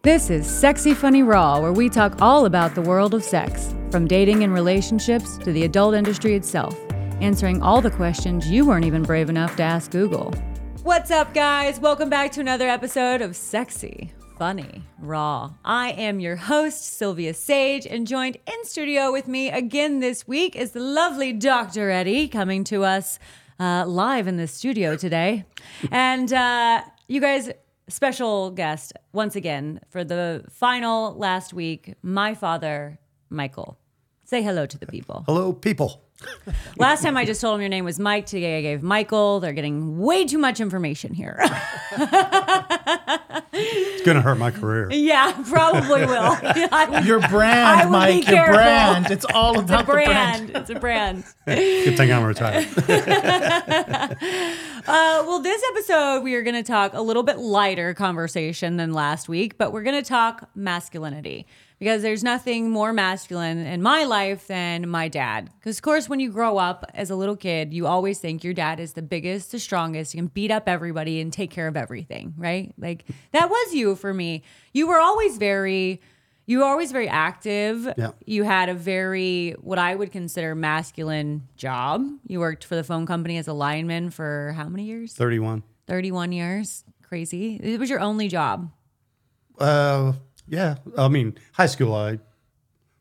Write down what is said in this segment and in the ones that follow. This is Sexy Funny Raw, where we talk all about the world of sex, from dating and relationships to the adult industry itself, answering all the questions you weren't even brave enough to ask Google. What's up, guys? Welcome back to another episode of Sexy Funny Raw. I am your host, Sylvia Sage, and joined in studio with me again this week is the lovely Dr. Eddie coming to us uh, live in the studio today. And uh, you guys, special guest once again for the final last week, my father, Michael. Say hello to the people. Hello, people. Last time I just told him your name was Mike. Today I gave Michael. They're getting way too much information here. It's going to hurt my career. yeah, probably will. I- Your I brand, would Mike. be Your careful. brand. It's all it's a about brand. It's a brand. Good thing I'm retired. Uh, well, this episode we are going to talk a little bit lighter conversation than last week, but we're going to talk masculinity because there's nothing more masculine in my life than my dad. Because of course, when you grow up as a little kid, you always think your dad is the biggest, the strongest, you can beat up everybody and take care of everything, right? Like that was you for me. You were always very. You were always very active. Yeah. You had a very, what I would consider masculine job. You worked for the phone company as a lineman for how many years? 31. 31 years. Crazy. It was your only job. Uh, yeah. I mean, high school, I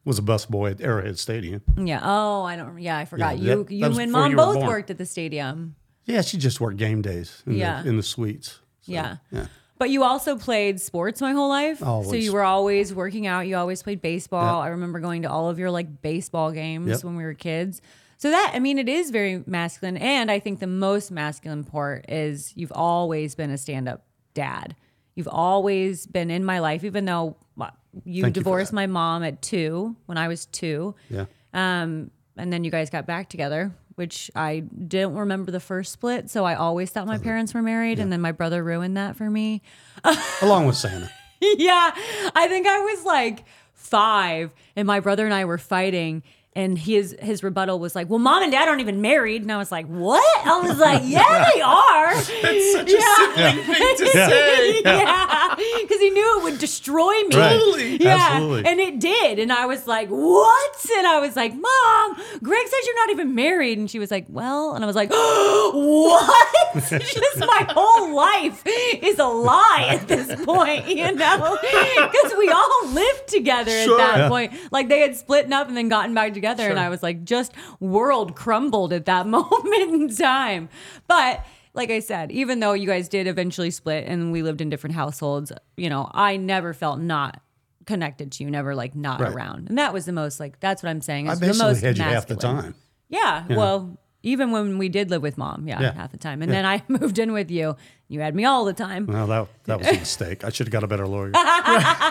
was a busboy at Arrowhead Stadium. Yeah. Oh, I don't. Yeah, I forgot. Yeah, you that- you that was and before mom you were both born. worked at the stadium. Yeah, she just worked game days in, Yeah. the, in the suites. So, yeah. yeah. But you also played sports my whole life. So Always. you were always working out. You always played baseball. I remember going to all of your like baseball games Yep. when we were kids. So that I mean it is very masculine and I think the most masculine part is you've always been a stand-up dad. You've always been in my life even though well, you Thank you for divorced that. my mom at 2 when I was 2. Yeah. Um, and then you guys got back together, which I didn't remember the first split. So I always thought my parents were married. And then my brother ruined that for me. Along with Santa. yeah. I think I was like five and my brother and I were fighting. And his his rebuttal was like, "Well, mom and dad aren't even married," and I was like, "What?" I was like, "Yeah, they are." That's such a sibling thing to say. yeah, because he knew it would destroy me. Right. Totally. Yeah, Absolutely. and it did. And I was like, "What?" And I was like, "Mom, Greg says you're not even married," and she was like, "Well," and I was like, "What?" It's Just my whole life is a lie at this point, you know, because we all lived together Sure. at that Yeah. point. Like they had split up and then gotten back together, and Sure. I was like, just world crumbled at that moment in time. But like I said, even though you guys did eventually split and we lived in different households, you know, I never felt not connected to you, never like not Right. around, and that was the most like that's what I'm saying. I Is the basically most had you half the masculine. time. Yeah. Well, even when we did live with mom, yeah, Yeah. half the time, and then I moved in with you. You had me all the time. Well, that, that was a mistake. I should have got a better lawyer.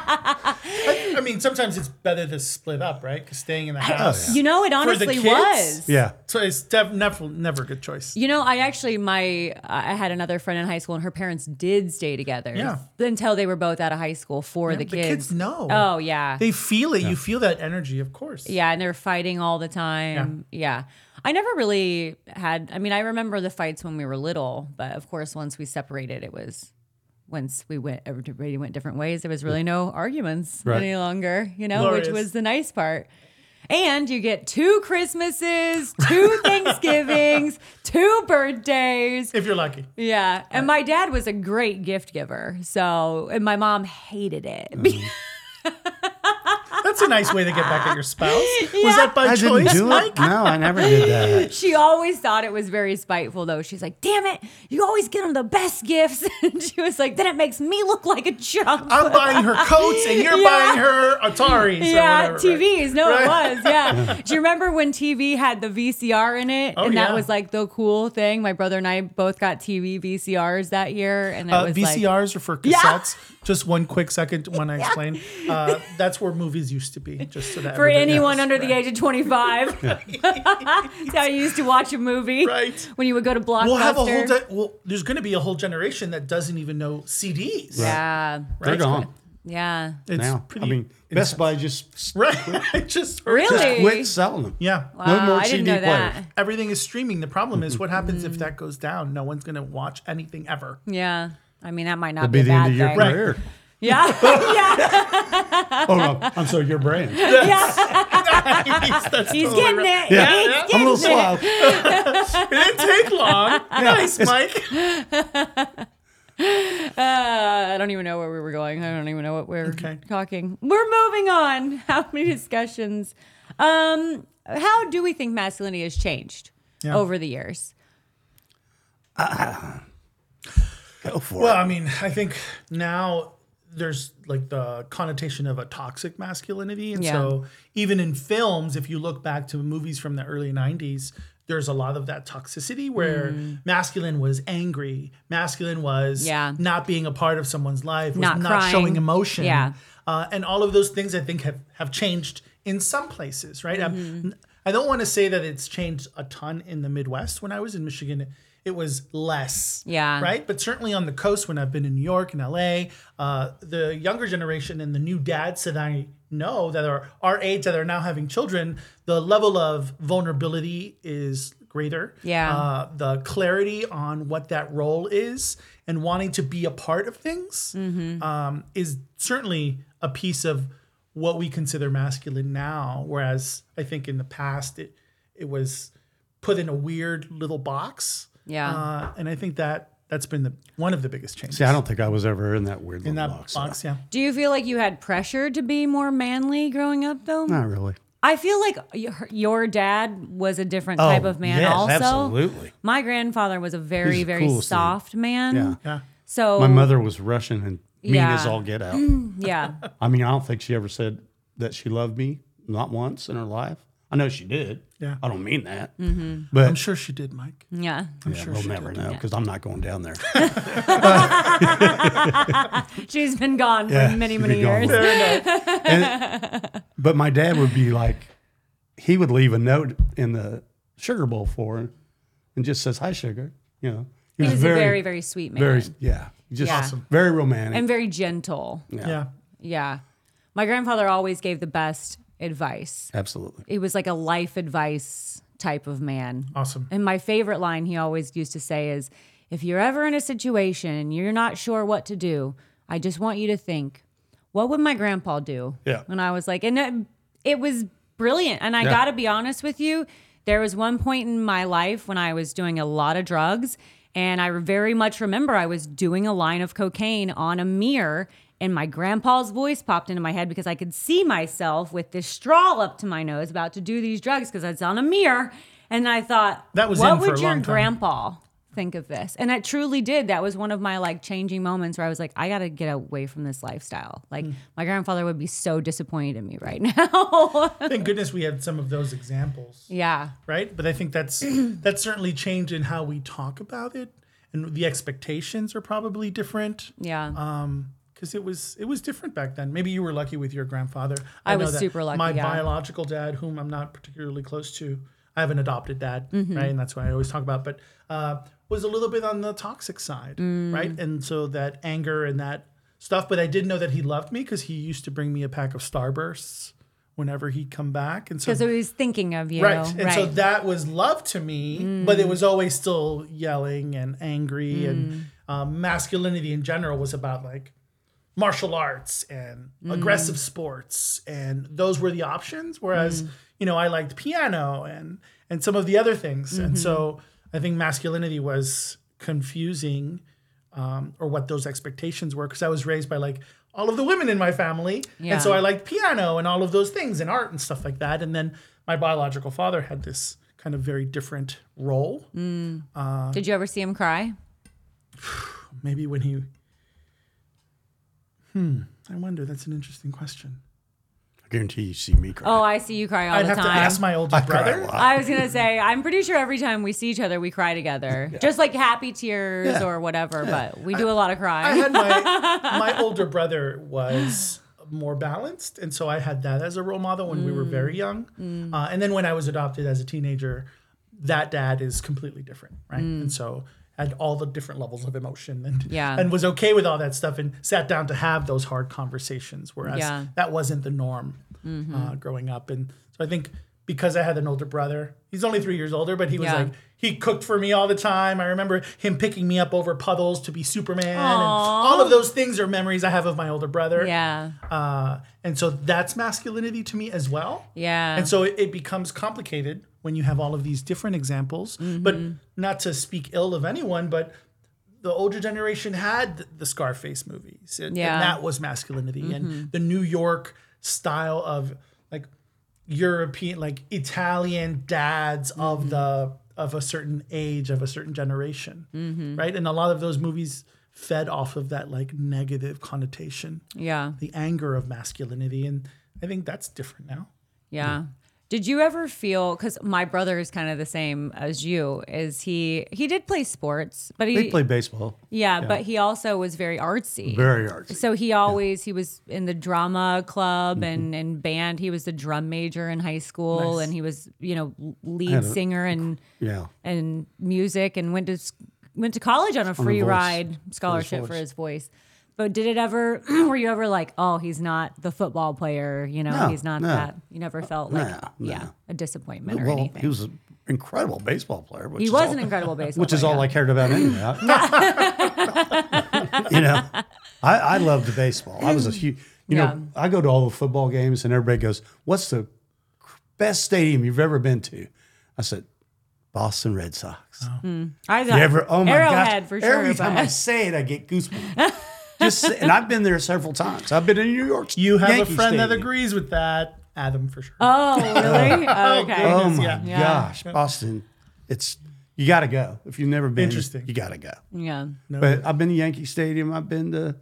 brand. I mean, sometimes it's better to split up, right? Because staying in the house. You know, it For the honestly kids? was. yeah. So it's def- never, never a good choice. You know, I actually my I had another friend in high school, and her parents did stay together. Yeah. until they were both out of high school for the the kids. kids know. Oh yeah, They feel it. You feel that energy, of course. yeah, and they're fighting all the time. Yeah. I never really had. I mean, I remember the fights when we were little, but of course, once we separated, it was once we went everybody went different ways. There was really no arguments Right. any longer, you know, which Glorious. was the nice part. And you get two Christmases, two Thanksgivings, two birthdays. If you're lucky. Yeah. And my dad was a great gift giver. So, and my mom hated it. That's a nice way to get back at your spouse. Yeah. Was that by I choice, didn't do Mike? it. No, I never did that. she always thought it was very spiteful, though. She's like, damn it, you always get them the best gifts. and she was like, then it makes me look like a chump. I'm buying her coats and you're Yeah. buying her Ataris. Yeah, or whatever, right? TVs. No, Right. it was. Yeah. Do you remember when TV had the VCR in it? Oh, and that yeah. was like the cool thing. My brother and I both got TV VCRs that year. And it Uh, was VCRs like, are for Yeah. cassettes. Just one quick second when I explain. Uh, that's where movies used to be. Just so that for everybody anyone knows. under the Right. age of 25. That's how you used to watch a movie. Right. When you would go to Blockbuster. We'll have a whole. De- well, there's going to be a whole generation that doesn't even know CDs. Yeah. They're gone Yeah. It's now. I pretty mean, Best Buy just right. I just heard that. Really? quit selling them. Yeah. No more I didn't CD know that. players. Everything is streaming. The problem is, what happens if that goes down? No one's going to watch anything ever. Yeah. I mean, that might not That'd be, be a the bad end of your thing. Right. career. Yeah. yeah. Oh no, I'm sorry, your brand. yeah. He's getting it. He's Yeah. I'm Yeah. a getting little it. slow. It didn't take long. nice, it's- Mike. Uh, I don't even know where we were going. I don't even know what we're Okay. talking. We're moving on. How many discussions? Um, how do we think masculinity has changed Yeah. over the years? Go for Well, I mean, I think now there's like the connotation of a toxic masculinity. And Yeah. so even in films, if you look back to movies from the early 90s, there's a lot of that toxicity where masculine was angry, masculine was Mm. Yeah. not being a part of someone's life, was Not not, crying. showing emotion. Yeah. Uh, and all of those things I think have, have changed in some places, right? I'm- Mm-hmm. I don't want to say that it's changed a ton in the Midwest. When I was in Michigan, it was less Yeah. right? But certainly on the coast, when I've been in New York and LA, uh, the younger generation and the new dads that I know that are our age that are now having children, the level of vulnerability is greater. Yeah. Uh, the clarity on what that role is and wanting to be a part of things Mm-hmm. um, is certainly a piece of what we consider masculine now. Whereas I think in the past, it it was put in a weird little box. Yeah. Uh, and I think that that's been the one of the biggest changes. See, I don't think I was ever in that weird in little that box. box, yeah. Do you feel like you had pressure to be more manly growing up, though? Not really. I feel like your, your dad was a different type of man. Oh, yes, also, absolutely. My grandfather was a very, He's the very coolest dude. soft man. Yeah. Yeah. So My mother was Russian and mean Yeah. as all get out. Yeah. I mean, I don't think she ever said that she loved me, not once in her life. I know she did. Yeah. I don't mean that. Mm-hmm. But I'm sure she did, Mike. Yeah. Yeah, we'll never know because I'm not going down there. She's been gone Yeah, for many, she'd many be gone. years. And- but my dad would be like, he would leave a note in the sugar bowl for her and just says, Hi, sugar. You know, He was a very, very sweet man. very, yeah, just Yeah. awesome. very romantic. and very gentle. Yeah. Yeah. My grandfather always gave the best advice. Absolutely. He was like a life advice type of man. Awesome. And my favorite line he always used to say is if you're ever in a situation and you're not sure what to do, I just want you to think, what would my grandpa do? Yeah. And I was like, and it, it was brilliant. And I got to be honest with you, there was one point in my life when I was doing a lot of drugs. And I very much remember I was doing a line of cocaine on a mirror. And my grandpa's voice popped into my head because I could see myself with this straw up to my nose about to do these drugs because I was on a mirror. And I thought, That was what in for would a your long time. grandpa think of this? And it truly did. That was one of my like changing moments where I was like, I gotta get away from this lifestyle. Like Mm. my grandfather would be so disappointed in me right now. Thank goodness we had some of those examples. yeah. right? But I think that's that's certainly changed in how we talk about it, and the expectations are probably different. Yeah. Um, because it was it was different back then. Maybe you were lucky with your grandfather. I was super lucky, My yeah. biological dad, whom I'm not particularly close to, I have an adopted dad, Mm-hmm. right, and that's why I always talk about. But uh, was a little bit on the toxic side, Mm. right, and so that anger and that stuff. But I did know that he loved me because he used to bring me a pack of Starbursts whenever he'd come back, and so Because I was thinking of you. Right. And so that was love to me, but it was always still yelling and angry. And um, masculinity in general was about like martial arts and aggressive sports. And those were the options. Whereas, you know, I liked piano and, and some of the other things. And so I think masculinity was confusing um, or what those expectations were because I was raised by like all of the women in my family. Yeah. And so I liked piano and all of those things and art and stuff like that. And then my biological father had this kind of very different role. Mm. Did you ever see him cry? Maybe when he. Hmm. I wonder. That's an interesting question. I guarantee you see me cry. Oh, I see you cry all I'd the have time. to ask my older I cry a brother. lot. I was gonna say, I'm pretty sure every time we see each other, we cry together, just like happy tears Yeah. or whatever. But we do a lot of I crying. had my my older brother was more balanced, and so I had that as a role model when we were Mm. very young. Uh, and then when I was adopted as a teenager, that dad is completely different, right? And so had all the different levels of emotion and Mm. Yeah. and was okay with all that stuff and sat down to have those hard conversations, whereas Yeah. Mm-hmm. that wasn't the norm uh, growing up. And so I think because I had an older brother. He's only three years older, but he was Yeah. like he cooked for me all the time. I remember him picking me up over puddles to be Superman. And all of those things are memories I have of my older brother. Yeah. Uh, and so that's masculinity to me as well. Yeah. And so it, it becomes complicated when you have all of these different examples. But not to speak ill of anyone, but the older generation had th- the Scarface movies, and, and Yeah. that was masculinity, and the New York style of like European, like Italian dads of the of a certain age, of a certain generation, right? And a lot of those movies fed off of that like negative connotation yeah. the anger of masculinity and i think that's different now Yeah. Did you ever feel cuz my brother is kind of the same as you is he he did play sports but He he played baseball. yeah, but he also was very artsy. Very artsy. So he always he was in the drama club Mm-hmm. and and band. He was the drum major in high school and he was, you know, lead had a- singer and yeah. and music and went to s- went to college on a free voice. ride scholarship voice. for his voice. But did it ever were you ever like, oh, he's not the football player, you know, No, he's not no. that you never felt like no, yeah, no. a disappointment or Well, anything. he was an incredible baseball player. Which He is was all- an incredible baseball Which is player, all yeah. I cared about anyway. I- you know, I, I loved baseball. I was a huge, you Yeah. know, I go to all the football games and everybody goes, What's the best stadium you've ever been to? I said, Boston Red Sox. I You thought ever, oh my gosh. Arrowhead for sure. Every time but- I say it, I get goosebumps. Just say, and I've been there several times. I've been in New York. you have Yankee a friend that Stadium. agrees with that adam for sure Oh, really? Oh, okay. goodness. Oh my Yeah. Yeah. gosh, Boston! It's you got to go if you've never been. Interesting. You got to go. Yeah. But I've been to Yankee Stadium. I've been to,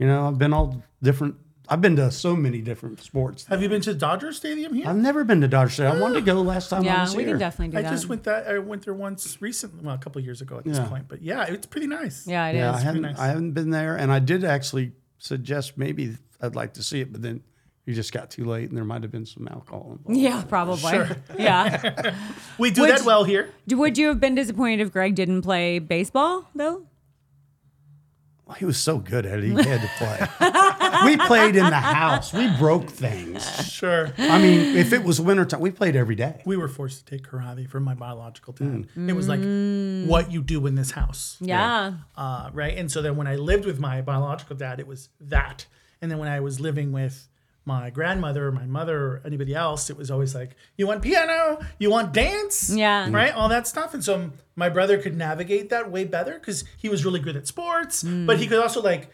you know, I've been all different. I've been to so many different sports. have you been to dodger stadium here I've never been to Dodger Stadium. I wanted to go last time I Yeah, was we here. can definitely do i that. just went that i went there once recently well a couple years ago at this Yeah. point but yeah it's pretty nice yeah, it is. Yeah, I haven't. nice. I haven't been there, and I did actually suggest maybe I'd like to see it, but then you just got too late, and there might have been some alcohol involved. Yeah, probably. Yeah. we do Would- that well here Do- Would you have been disappointed if Greg didn't play baseball though? Well, he was so good at it. He had to play. we played in the house. We broke things. sure I mean, if it was wintertime, we played every day. we were forced to take karate from my biological dad it was like Mm. what you do in this house Yeah. uh, right? And so then when I lived with my biological dad, it was that. And then when I was living with my grandmother or my mother or anybody else, it was always like, you want piano, you want dance, Yeah. right? All that stuff. And so m- my brother could navigate that way better because he was really good at sports, Mm. but he could also like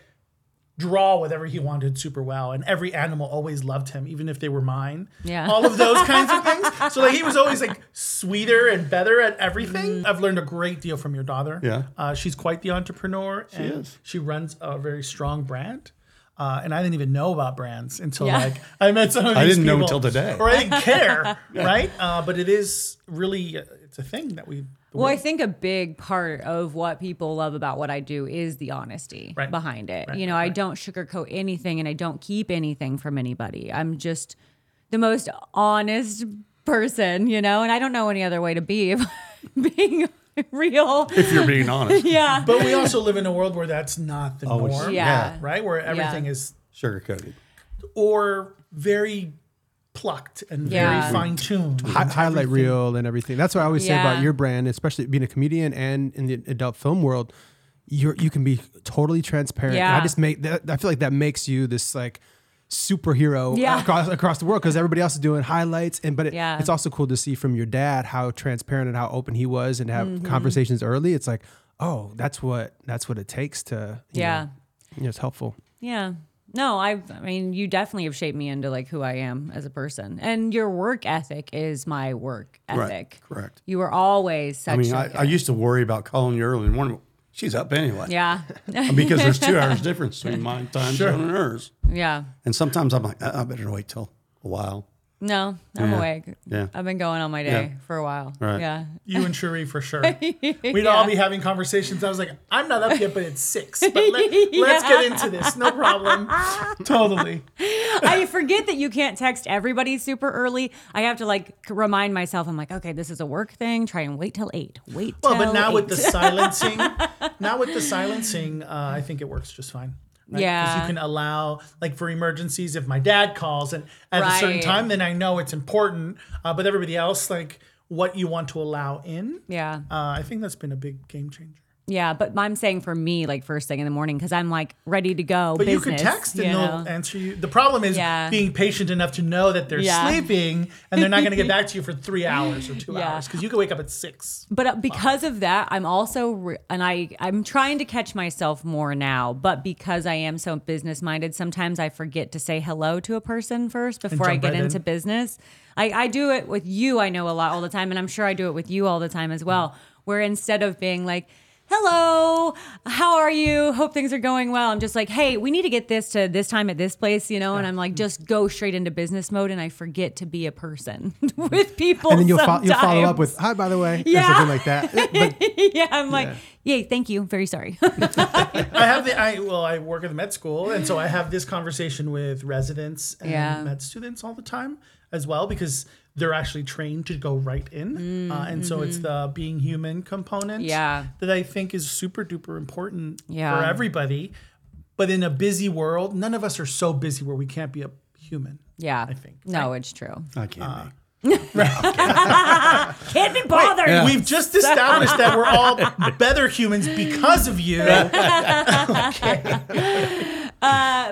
draw whatever he wanted super well and every animal always loved him even if they were mine Yeah. all of those kinds of things so like he was always like sweeter and better at everything Mm. i've learned a great deal from your daughter Yeah. uh, she's quite the entrepreneur she is. she runs a very strong brand uh, and I didn't even know about brands until Yeah. like I met some of I these didn't know people. until today. or I didn't care, right? Uh, but it is really uh, it's a thing that we Well, I think a big part of what people love about what I do is the honesty Right. behind it. you know, I don't sugarcoat anything and I don't keep anything from anybody. I'm just the most honest person, you know, and I don't know any other way to be if being real. If you're being honest, Yeah. But we also live in a world where that's not the it's- norm, yeah. right? Where everything is sugar coated, or very plucked and Yeah. very fine tuned. Hi- highlight reel and everything. That's what I always say Yeah. about your brand, especially being a comedian and in the adult film world. You you can be totally transparent. And Yeah. I just make that. I feel like that makes you this like superhero Yeah. across across the world because everybody else is doing highlights and but it, Yeah. it's also cool to see from your dad how transparent and how open he was and have Mm-hmm. conversations early. It's like oh that's what that's what it takes to you Yeah. know, you know, it's helpful. Yeah. No, I I mean you definitely have shaped me into like who I am as a person. And your work ethic is my work Right. ethic. Correct. You were always such I mean, a- I, I used to worry about calling you early in the morning. She's up anyway. Yeah. Because there's two hours difference between my time zone and hers. yeah. And sometimes I'm like, "Uh-uh, I I better wait till a while. No, I'm Yeah. awake. Yeah. I've been going on my day for a while. Right. Yeah. You and Cherie for sure. We'd all be having conversations. I was like, I'm not up yet, but it's six. But let, let's get into this. No problem. totally. I forget that you can't text everybody super early. I have to like c- remind myself I'm like, okay, this is a work thing. Try and wait till 8. Wait till Well, but now with eight. the silencing, now with the silencing, uh, I think it works just fine. right? 'Cause Yeah. you can allow like for emergencies if my dad calls and at a certain Right. time, then I know it's important. Uh, but everybody else, like what you want to allow in, Yeah. uh, I think that's been a big game changer. Yeah. But I'm saying for me, like first thing in the morning, because I'm like ready to go. But business, you can text and you they'll know? answer you. The problem is Yeah. being patient enough to know that they're Yeah. sleeping and they're not going to get back to you for three hours or two Yeah. hours because you can wake up at six. but uh, because of that i'm also re- and i i'm trying to catch myself more now but because i am so business minded sometimes i forget to say hello to a person first before i jump get right into in. business I, I do it with you i know a lot all the time and i'm sure i do it with you all the time as well where instead of being like hello how are you hope things are going well i'm just like hey we need to get this to this time at this place you know and i'm like Mm. just go straight into business mode and i forget to be a person with people and then you'll, fo- you'll follow up sometimes. with hi by the way Yeah. or something like that but yeah, I'm like, yay, thank you. Very sorry. I have the I well, I work at the med school, and so I have this conversation with residents and Yeah. med students all the time as well because they're actually trained to go right in, uh, and so it's the being human component Mm, mm-hmm. Yeah. that I think is super duper important Yeah. for everybody. But in a busy world, none of us are so busy where we can't be a human. yeah. I think. No, it's true. I can't. be. Can't be bothered. We've just established that we're all better humans because of you. Uh,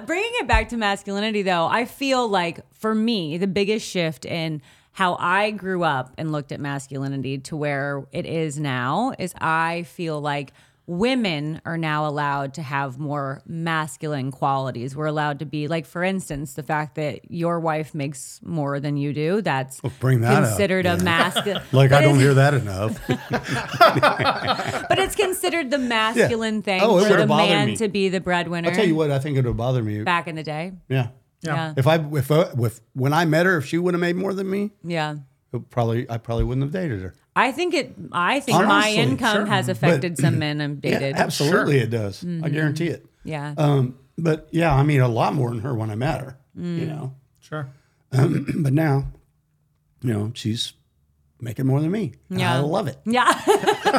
bringing it back to masculinity, though, I feel like for me, the biggest shift in how I grew up and looked at masculinity to where it is now is I feel like women are now allowed to have more masculine qualities. We're allowed to be, like, for instance, the fact that your wife makes more than you do, that's bring that up. considered a masculine. Like I don't hear that enough. But it's considered the masculine thing Oh, it for would've the bothered man me. to be the breadwinner. I'll tell you what. I think it would bother me. Back in the day. Yeah. Yeah. If I if, I- if when I met her, if she would have made more than me, Yeah. it probably I probably wouldn't have dated her. I think it, I think my Honestly, income sure. has affected some men I've Yeah, dated. Yeah. absolutely, it does. I guarantee it. Yeah. Um, but yeah, I mean, a lot more than her when I met her. You know, Sure. but now, you know, she's making more than me. and Yeah. I love it.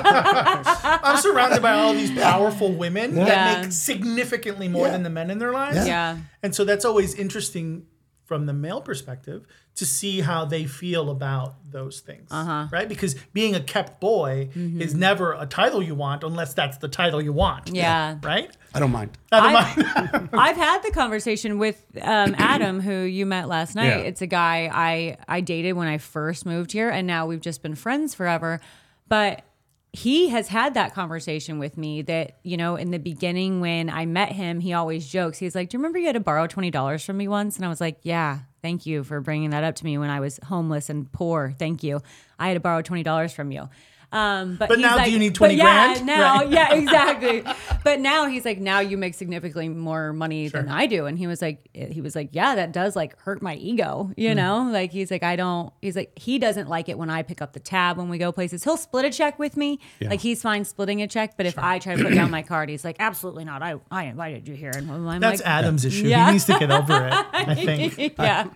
I'm surrounded by all these powerful women Yeah. that make significantly more than the men in their lives. Yeah. And so that's always interesting from the male perspective to see how they feel about those things. Uh-huh. Right? Because being a kept boy Mm-hmm. is never a title you want unless that's the title you want. Yeah. Right? I don't mind. Never I've- mind. I've had the conversation with um, Adam, who you met last night. Yeah. It's a guy I I dated when I first moved here, and now we've just been friends forever. But he has had that conversation with me that you know in the beginning when I met him, he always jokes. He's like, "Do you remember you had to borrow twenty dollars from me once?" And I was like, "Yeah." Thank you for bringing that up to me when I was homeless and poor. Thank you. I had to borrow twenty dollars from you. Um, but But he's now do like- you need but 20 yeah, grand? Now, Right. yeah, exactly. but now he's like, now you make significantly more money than I do, and he was like, he was like, yeah, that does like hurt my ego, you know? Like he's like, I don't. He's like, he doesn't like it when I pick up the tab when we go places. He'll split a check with me, like he's fine splitting a check, but if I try to put down my card, he's like, absolutely not. I I invited you here, and I'm That's like, Adam's issue. Yeah. He needs to get over it, I think. yeah.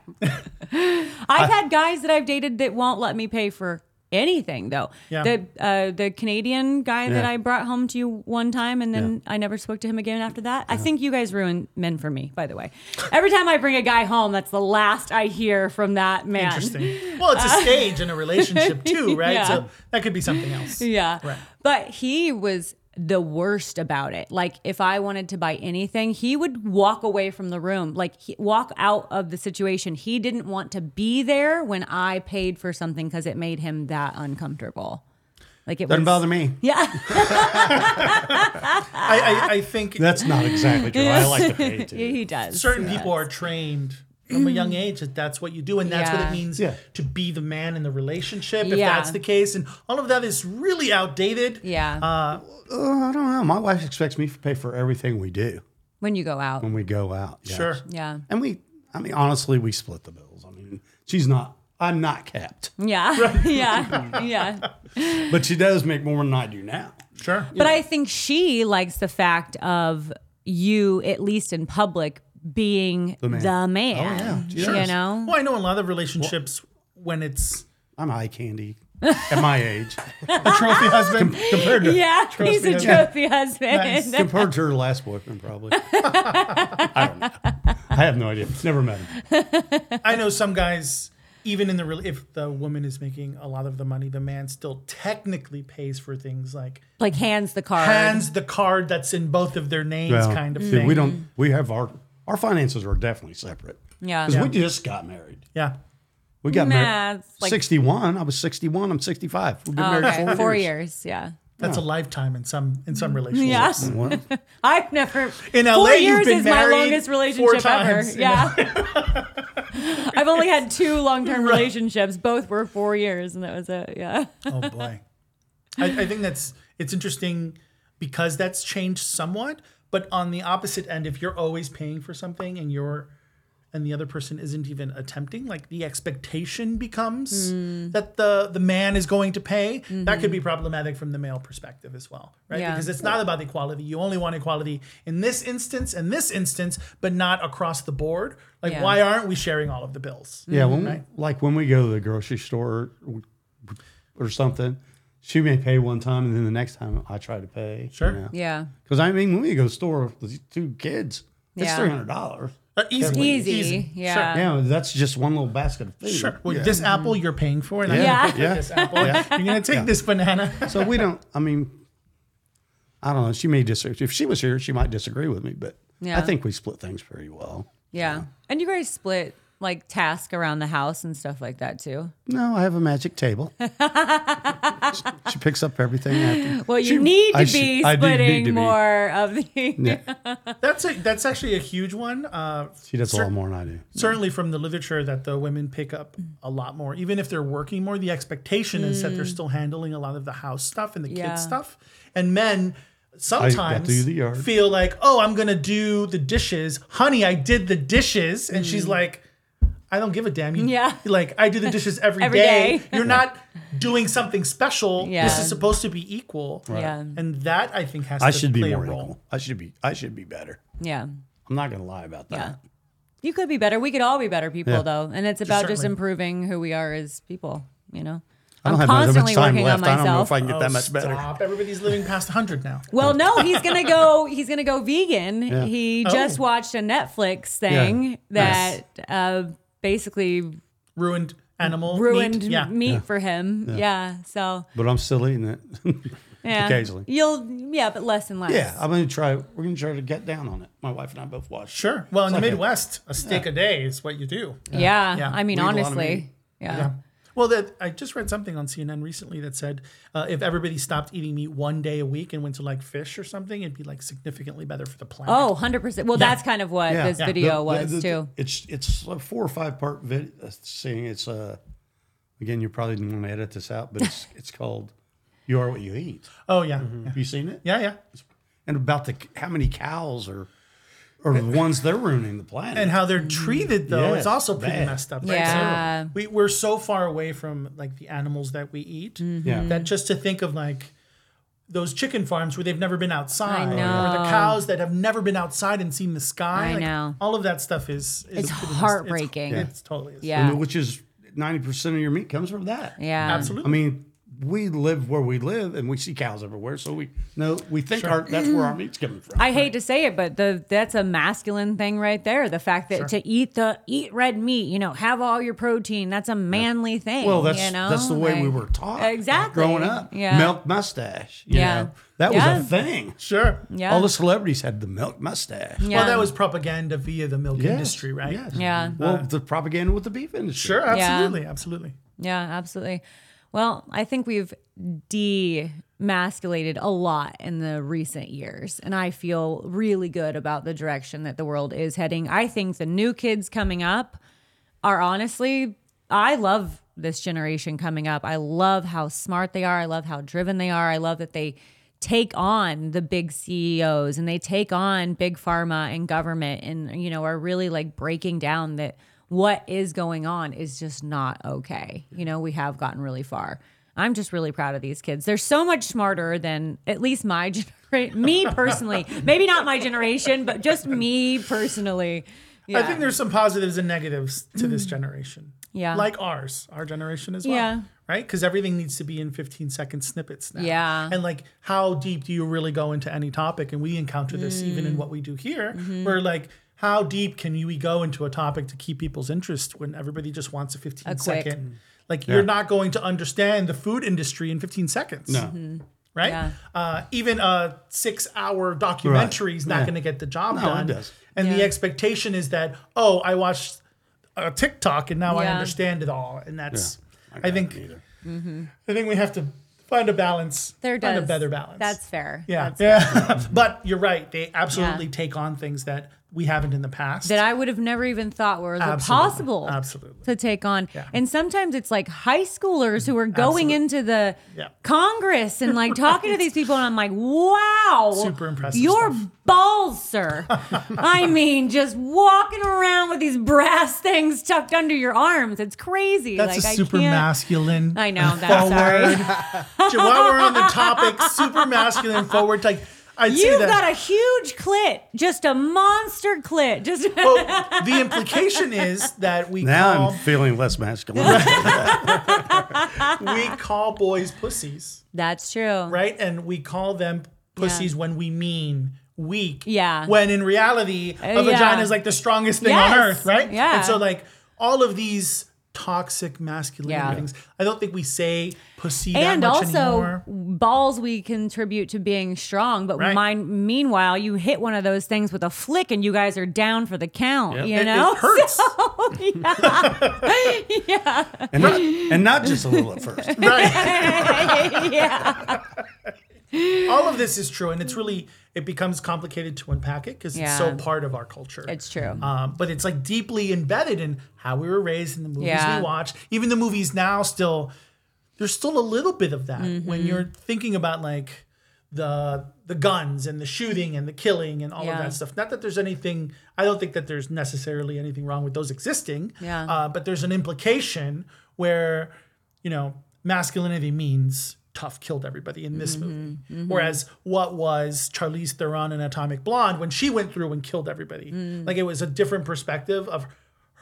I've had guys that I've dated that won't let me pay for anything though. Yeah. The uh, the Canadian guy that Yeah. I brought home to you one time and then I never spoke to him again after that. I think you guys ruin men for me, by the way. Every time I bring a guy home, that's the last I hear from that man. Interesting. Well, it's a stage in a relationship too, right? Uh, Yeah. So that could be something else. Yeah. Right. But he was the worst about it. Like if I wanted to buy anything, he would walk away from the room, like he, walk out of the situation. He didn't want to be there when I paid for something cuz it made him that uncomfortable. Like it Doesn't was bother me. Yeah. I, I, I think That's not exactly true. I like to pay too. he does. certain people are trained from a young age that that's what you do and that's what Mm. Yeah. it means Yeah. to be the man in the relationship if Yeah. that's the case and all of that is really outdated Yeah. Oh, I don't know. My wife expects me to pay for everything we do when you go out. when we go out. Yes. sure Yeah. And we, I mean, honestly, we split the bills. I mean, she's not. I'm not capped, Yeah. yeah. Yeah. but she does make more than I do now. sure But I think she likes the fact of you at least in public being the man. Oh yeah, You know? well i know in a lot of relationships when it's I'm eye candy. at my age The trophy husband. compared to Yeah, Trophy he's a husband. trophy husband. Nice. compared to her last boyfriend probably. I don't know. I have no idea. Never met him. I know some guys, even in the rel- if the woman is making a lot of the money, the man still technically pays for things like Like hands the card. hands the card that's in both of their names, Well, kind of see, thing. We don't. We have our our finances are definitely separate Yeah. because we just got married. Yeah. We got Nah, married. it's like- sixty one. I was sixty one. I'm sixty five. We've been Oh, married okay. four, Four years. years. Yeah. Mm. That's a lifetime in some in some relationships. Yeah. Well, I've never. In four LA, you've years been is married my longest four relationship times. ever. Yeah. I've only had two long term relationships. Both were four years, and that was it. Yeah. Oh boy. I, I think that's it's interesting because that's changed somewhat, but on the opposite end, if you're always paying for something and you're and the other person isn't even attempting, like the expectation becomes Mm. that the the man is going to pay. That could be problematic from the male perspective as well, right? Mm-hmm. Yeah. Because it's not about equality. You only want equality in this instance and this instance, but not across the board. Like, Yeah. why aren't we sharing all of the bills? yeah. When we, like when we go to the grocery store or, or something, she may pay one time, and then the next time I try to pay. Sure. Yeah. Because I mean, when we go to the store with these two kids, it's Yeah. three hundred dollars. Uh, easy, Easy. Yeah. Yeah, that's just one little basket of food. Sure. Well, This apple you're paying for, and Yeah. I'm gonna Yeah. take this apple. You're gonna take this banana. So we don't. I mean, I don't know. She may disagree. If she was here, she might disagree with me. But Yeah. I think we split things pretty well. Yeah. And you guys split like task around the house and stuff like that too. No, I have a magic table. she picks up everything. After. Well, you She- need to I should- be I do need splitting to be. more of the. Yeah, That's a, that's actually a huge one. Uh, she does a lot more than I do. Mm. certainly from the literature that the women pick up Mm. a lot more, even if they're working more. The expectation is that they're still handling a lot of the house stuff and the Mm. Yeah. kids stuff, and men. Sometimes do the yard. feel like, oh, I'm gonna do the dishes, honey. I did the dishes, and she's like, I don't give a damn. You, Mm. Yeah. like I do the dishes Every every day. day. You're not doing something special. Yeah. This is supposed to be equal. Yeah. And that I think has I to should play be more a role. equal. I should be. I should be better. Yeah. I'm not gonna lie about Yeah. that. You could be better. We could all be better people Yeah. though. And it's about just certainly. improving who we are as people, you know? I I'm don't have that constantly much time working on left. I don't know myself. if I can get that much Oh, stop. better. Everybody's living past 100 now. Well, no, he's gonna go. He's gonna go vegan. Yeah. He Oh. just watched a Netflix thing that uh, basically Ruined animal. ruined meat. meat, Yeah. for him. Yeah. so But I'm still eating it. yeah. Occasionally. you'll yeah, but less and less. yeah, I'm gonna try. We're gonna try to get down on it. My wife and I both watch. Sure. Well, in It's the like a- Midwest, a, steak a day is what you do. yeah. Yeah. I mean, We eat a lot of honestly, meat. yeah. Yeah. Well, that I just read something on CNN recently that said uh, if everybody stopped eating meat one day a week and went to like fish or something, it'd be like significantly better for the planet. Oh, 100%. Well, that's kind of what this Yeah. video The- was, the- the- too. It's it's a four or five part vid uh, thing. It's uh, again, you probably didn't want to edit this out, but it's it's called "You Are What You Eat." Oh, yeah. Have you seen it? Yeah, yeah. And about the how many cows are are the ones they're ruining the planet. And how they're treated though, it's Yes, also pretty bad. messed up, right? Yeah. So Mm. we, we're so far away from like the animals that we eat Mm-hmm. yeah, that just to think of like those chicken farms where they've never been outside, I or the know. cows that have never been outside and seen the sky. I like, know. All of that stuff is, is It's pretty messed- heartbreaking. It's, it's totally is. Yeah. And which is ninety percent of your meat comes from that. Yeah. I absolutely. mean, we live where we live, and we see cows everywhere, so we know we think our, that's where our meat's coming from. I hate to say it, but the that's a masculine thing right there. The fact that to eat the eat red meat, you know, have all your protein, that's a manly thing. Well, that's you know? that's the way we Like- were taught Exactly. growing up. Yeah. milk mustache. You Yeah. know? that was Yeah. a thing. Sure. Yeah. All the celebrities had the milk mustache. yeah. Well, that was propaganda via the milk Yes, industry, right? yes. Yeah. Well, the propaganda with the beef industry. Sure, Yeah. absolutely, absolutely. Yeah, absolutely. Well, I think we've demasculated a lot in the recent years, and I feel really good about the direction that the world is heading. I think the new kids coming up are honestly, I love this generation coming up. I love how smart they are. I love how driven they are. I love that they take on the big CEOs and they take on big pharma and government and you know are really like breaking down that what is going on is just not okay. You know, we have gotten really far. I'm just really proud of these kids. They're so much smarter than at least my generation, me personally. Maybe not my generation, but just me personally. Yeah. Mm. I think there's some positives and negatives to this generation. Yeah. like ours, our generation as well. Yeah. Right? Because everything needs to be in 15 second snippets now. Yeah. And like, how deep do you really go into any topic? And we encounter this even Mm. in what we do here, Mm-hmm. where like, how deep can you we go into a topic to keep people's interest when everybody just wants a 15 A second? quick- Like, you're not going to understand the food industry in 15 seconds. No. Mm-hmm. Right? Yeah. Uh, even a six hour documentary is not Yeah. going to get the job No, it done. does. And the Yeah. expectation is that, oh, I watched a TikTok and now I Yeah. understand it all. And that's, I I think, either. I think we have to find a balance. there find does a better balance. That's fair. yeah, That's- yeah. but you're right. They absolutely take on things that we haven't in the past. that I would have never even thought were Absolutely. possible Absolutely. to take on. And sometimes it's like high schoolers who are going Absolutely. into the Yeah. Congress and like talking to these people, and I'm like, wow, Super impressive Your stuff. balls, sir. I mean, just walking around with these brass things tucked under your arms. It's crazy. That's like, a I super can't- masculine. I know. That's forward. sorry. Ju- While we're on the topic, super masculine forward. Like I'd say You've that. got a huge clit, just a monster clit. Just Well, the implication is that we Now call I'm feeling less masculine. we call boys pussies, that's true. right? And we call them pussies when we mean weak. Yeah. Uh, When in reality, a yeah. vagina is like the strongest thing Yes. on earth, right? Yeah. And so like all of these toxic masculine Yeah. things. I don't think we say pussy and that much also anymore. balls we contribute to being strong but Right. mine, meanwhile you hit one of those things with a flick and you guys are down for the count Yep. you It- know it hurts. and, not, and not just a little at first. right. yeah All of this is true and it's really it becomes complicated to unpack it because Yeah. it's so part of our culture. it's true Um, but it's like deeply embedded in how we were raised in the movies Yeah. we watch. Even the movies now still, there's still a little bit of that Mm-hmm. when you're thinking about like the the guns and the shooting and the killing and all Yeah. of that stuff. Not that there's anything. I don't think that there's necessarily anything wrong with those existing. Yeah. Uh, but there's an implication where, you know, masculinity means tough killed everybody in this movie. Whereas what was Charlize Theron in Atomic Blonde when she went through and killed everybody? Like it was a different perspective of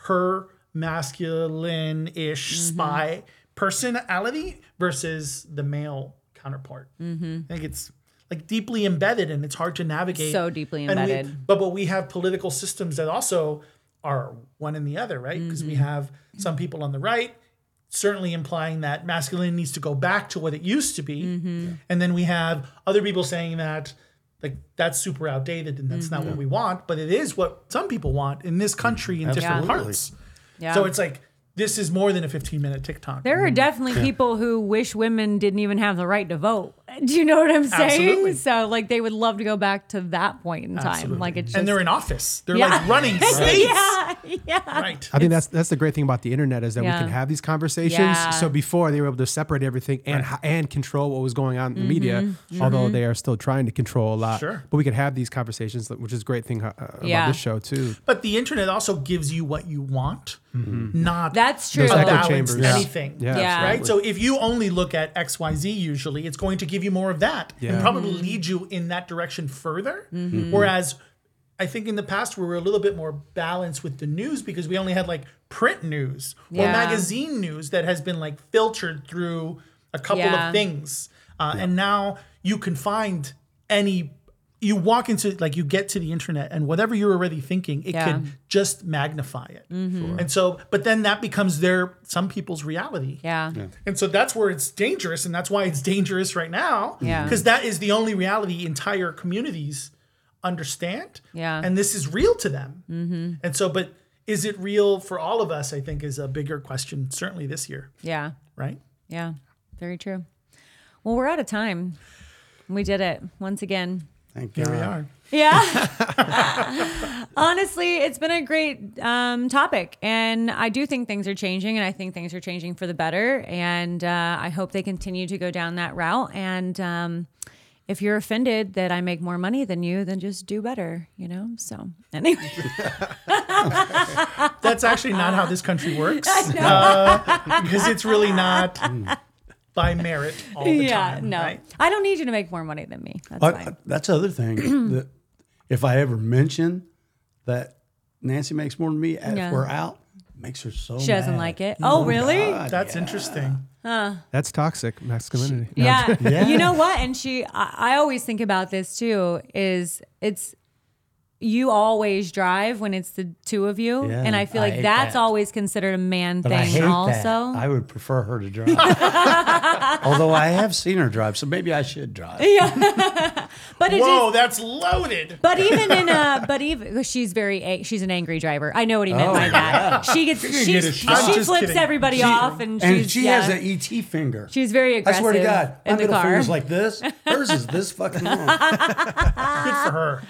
her masculine ish spy personality versus the male counterpart. I think it's like deeply embedded and it's hard to navigate. So deeply And we- embedded. but but we have political systems that also are one and the other, right? Because we Mm-hmm. have some people on the right certainly implying that masculinity needs to go back to what it used to be, Mm-hmm. and then we have other people saying that like that's super outdated and that's not Mm-hmm. what we want, but it is what some people want in this country in different Absolutely. parts. yeah So it's Mm. like this is more than a 15 minute TikTok. there are definitely people who wish women didn't even have the right to vote do you know what i'm saying Absolutely. so like they would love to go back to that point in time Absolutely. like it's just and they're in office. They're Yeah. like running states. yeah yeah Right. I think that's that's the great thing about the internet is that Yeah. we can have these conversations. Yeah. So before they were able to separate everything and h and control what was going on in the Mm-hmm. media, although they are still trying to control a lot. Sure. But we could have these conversations, which is a great thing uh, about Yeah. this show too. But the internet also gives you what you want, not that's true Those echo balance chambers. Yeah. anything. Yeah, Yeah. Right? So if you only look at XYZ usually, it's going to give you more of that and Yeah. probably lead you in that direction further. Whereas I think in the past we were a little bit more balanced with the news because we only had like print news or Yeah. magazine news that has been like filtered through a couple Yeah. of things. Uh, And now you can find any you walk into like you get to the internet and whatever you're already thinking it Yeah. Mm-hmm. can just magnify it and so but then that becomes their some people's reality yeah and so that's where it's dangerous, and that's why it's dangerous right now. Yeah. Because that is the only reality entire communities understand. Yeah. And this is real to them. Mm-hmm. And so, but is it real for all of us? I think is a bigger question, certainly this year, yeah right? Yeah, very true. Well, we're out of time. We did it once again. Thank Here we Uh, God. are. Yeah. Honestly, it's been a great um, topic. And I do think things are changing, and I think things are changing for the better. And uh, I hope they continue to go down that route. And um, if you're offended that I make more money than you, then just do better, you know? So, anyway. That's actually not how this country works. uh, because it's really not by merit all the Hmm. yeah, time. no. right? I don't need you to make more money than me. That's But fine. that's the other thing that if I ever mention that Nancy makes more than me, if Yeah. we're out, makes her so. She doesn't mad. Mm-hmm. like it. Oh, really? God, That's interesting. That's toxic masculinity. No, I'm Yeah. just- You know what? And she, I, I always think about this too is it's, you always drive when it's the two of you. Yeah, and I feel I like hate that's that. always considered a man But I hate thing, that. also. I would prefer her to drive. Although I have seen her drive, so maybe I should drive. but it Whoa, is. that's loaded. But even in a, but even 'cause she's very, a- she's an angry driver. I know what he meant Oh, by that. She gets, You're gonna she's, get a she shot. I'm just flips kidding. everybody She- off, and, And she's, she yeah, has an ET finger. she's very I aggressive. swear to God, my in the middle car, finger's like this. Hers is this fucking long. Good for her.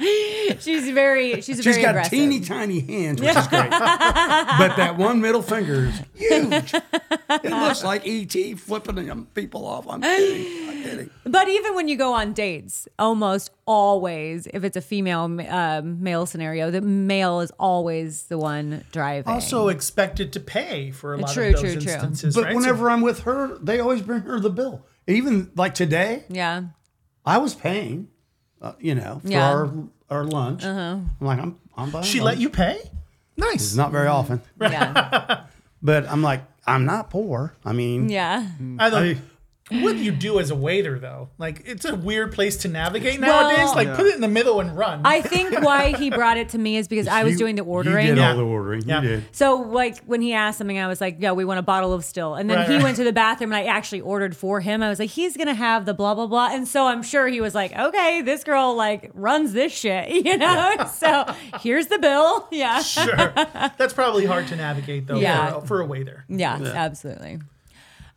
she's very, she's, She's very got aggressive. teeny tiny hands, which is great. but that one middle finger is huge. It looks like ET flipping them people off. I'm kidding. I'm kidding. But even when you go on dates, almost always, if it's a female um, male scenario, the male is always the one driving. Also expected to pay for a lot True, of those true, true. instances, But right? So- whenever I'm with her, they always bring her the bill. Even like today, yeah, I was paying, uh, you know, for Yeah. Uh-huh. our our lunch. I'm like, I'm, I'm buying. she lunch. let you pay? It's not very often, yeah, but I'm like, I'm not poor. I mean, yeah. Mm-hmm. I don't. what do you do as a waiter though? Like it's a weird place to navigate Well- nowadays. Like put it in the middle and run. I think why he brought it to me is because I was you- doing the You ordering. did Yeah. all the ordering. Yeah. You did. So like when he asked something, I was like, "Yeah, we want a bottle of still." And then Right, he right. went to the bathroom, and I actually ordered for him. I was like, "He's gonna have the blah blah blah." And so I'm sure he was like, "Okay, this girl like runs this shit," you know. so here's the bill. Yeah. sure. That's probably hard to navigate though Yeah. for, for a waiter. Yeah, absolutely.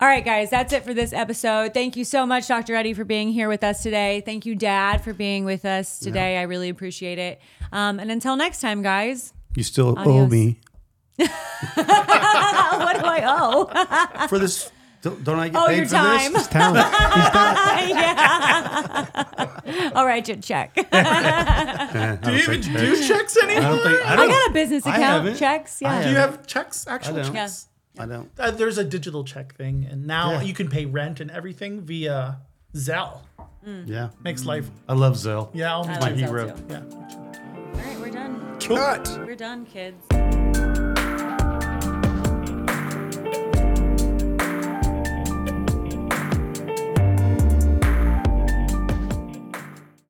All right, guys, that's it for this episode. Thank you so much, Dr. Eddie, for being here with us today. Thank you, Dad, for being with us today. I really appreciate it. Um, and until next time, guys, You still owe Adios. me what do I owe? for this. Don't, don't I get Oh, paid your for time. this? Talent. yeah. I'll write you a check. Do you even do checks anymore? I don't think I I don't. got a business I account. haven't. Checks, I yeah. do you have checks? Actual I don't. checks? I don't. Uh, there's a digital check thing, and now Yeah. you can pay rent and everything via Zelle. Yeah, Makes life. I love Zell. Yeah, I'll I do my love Zelle hero. too. Yeah. All right, we're done. Cut. We're done, kids.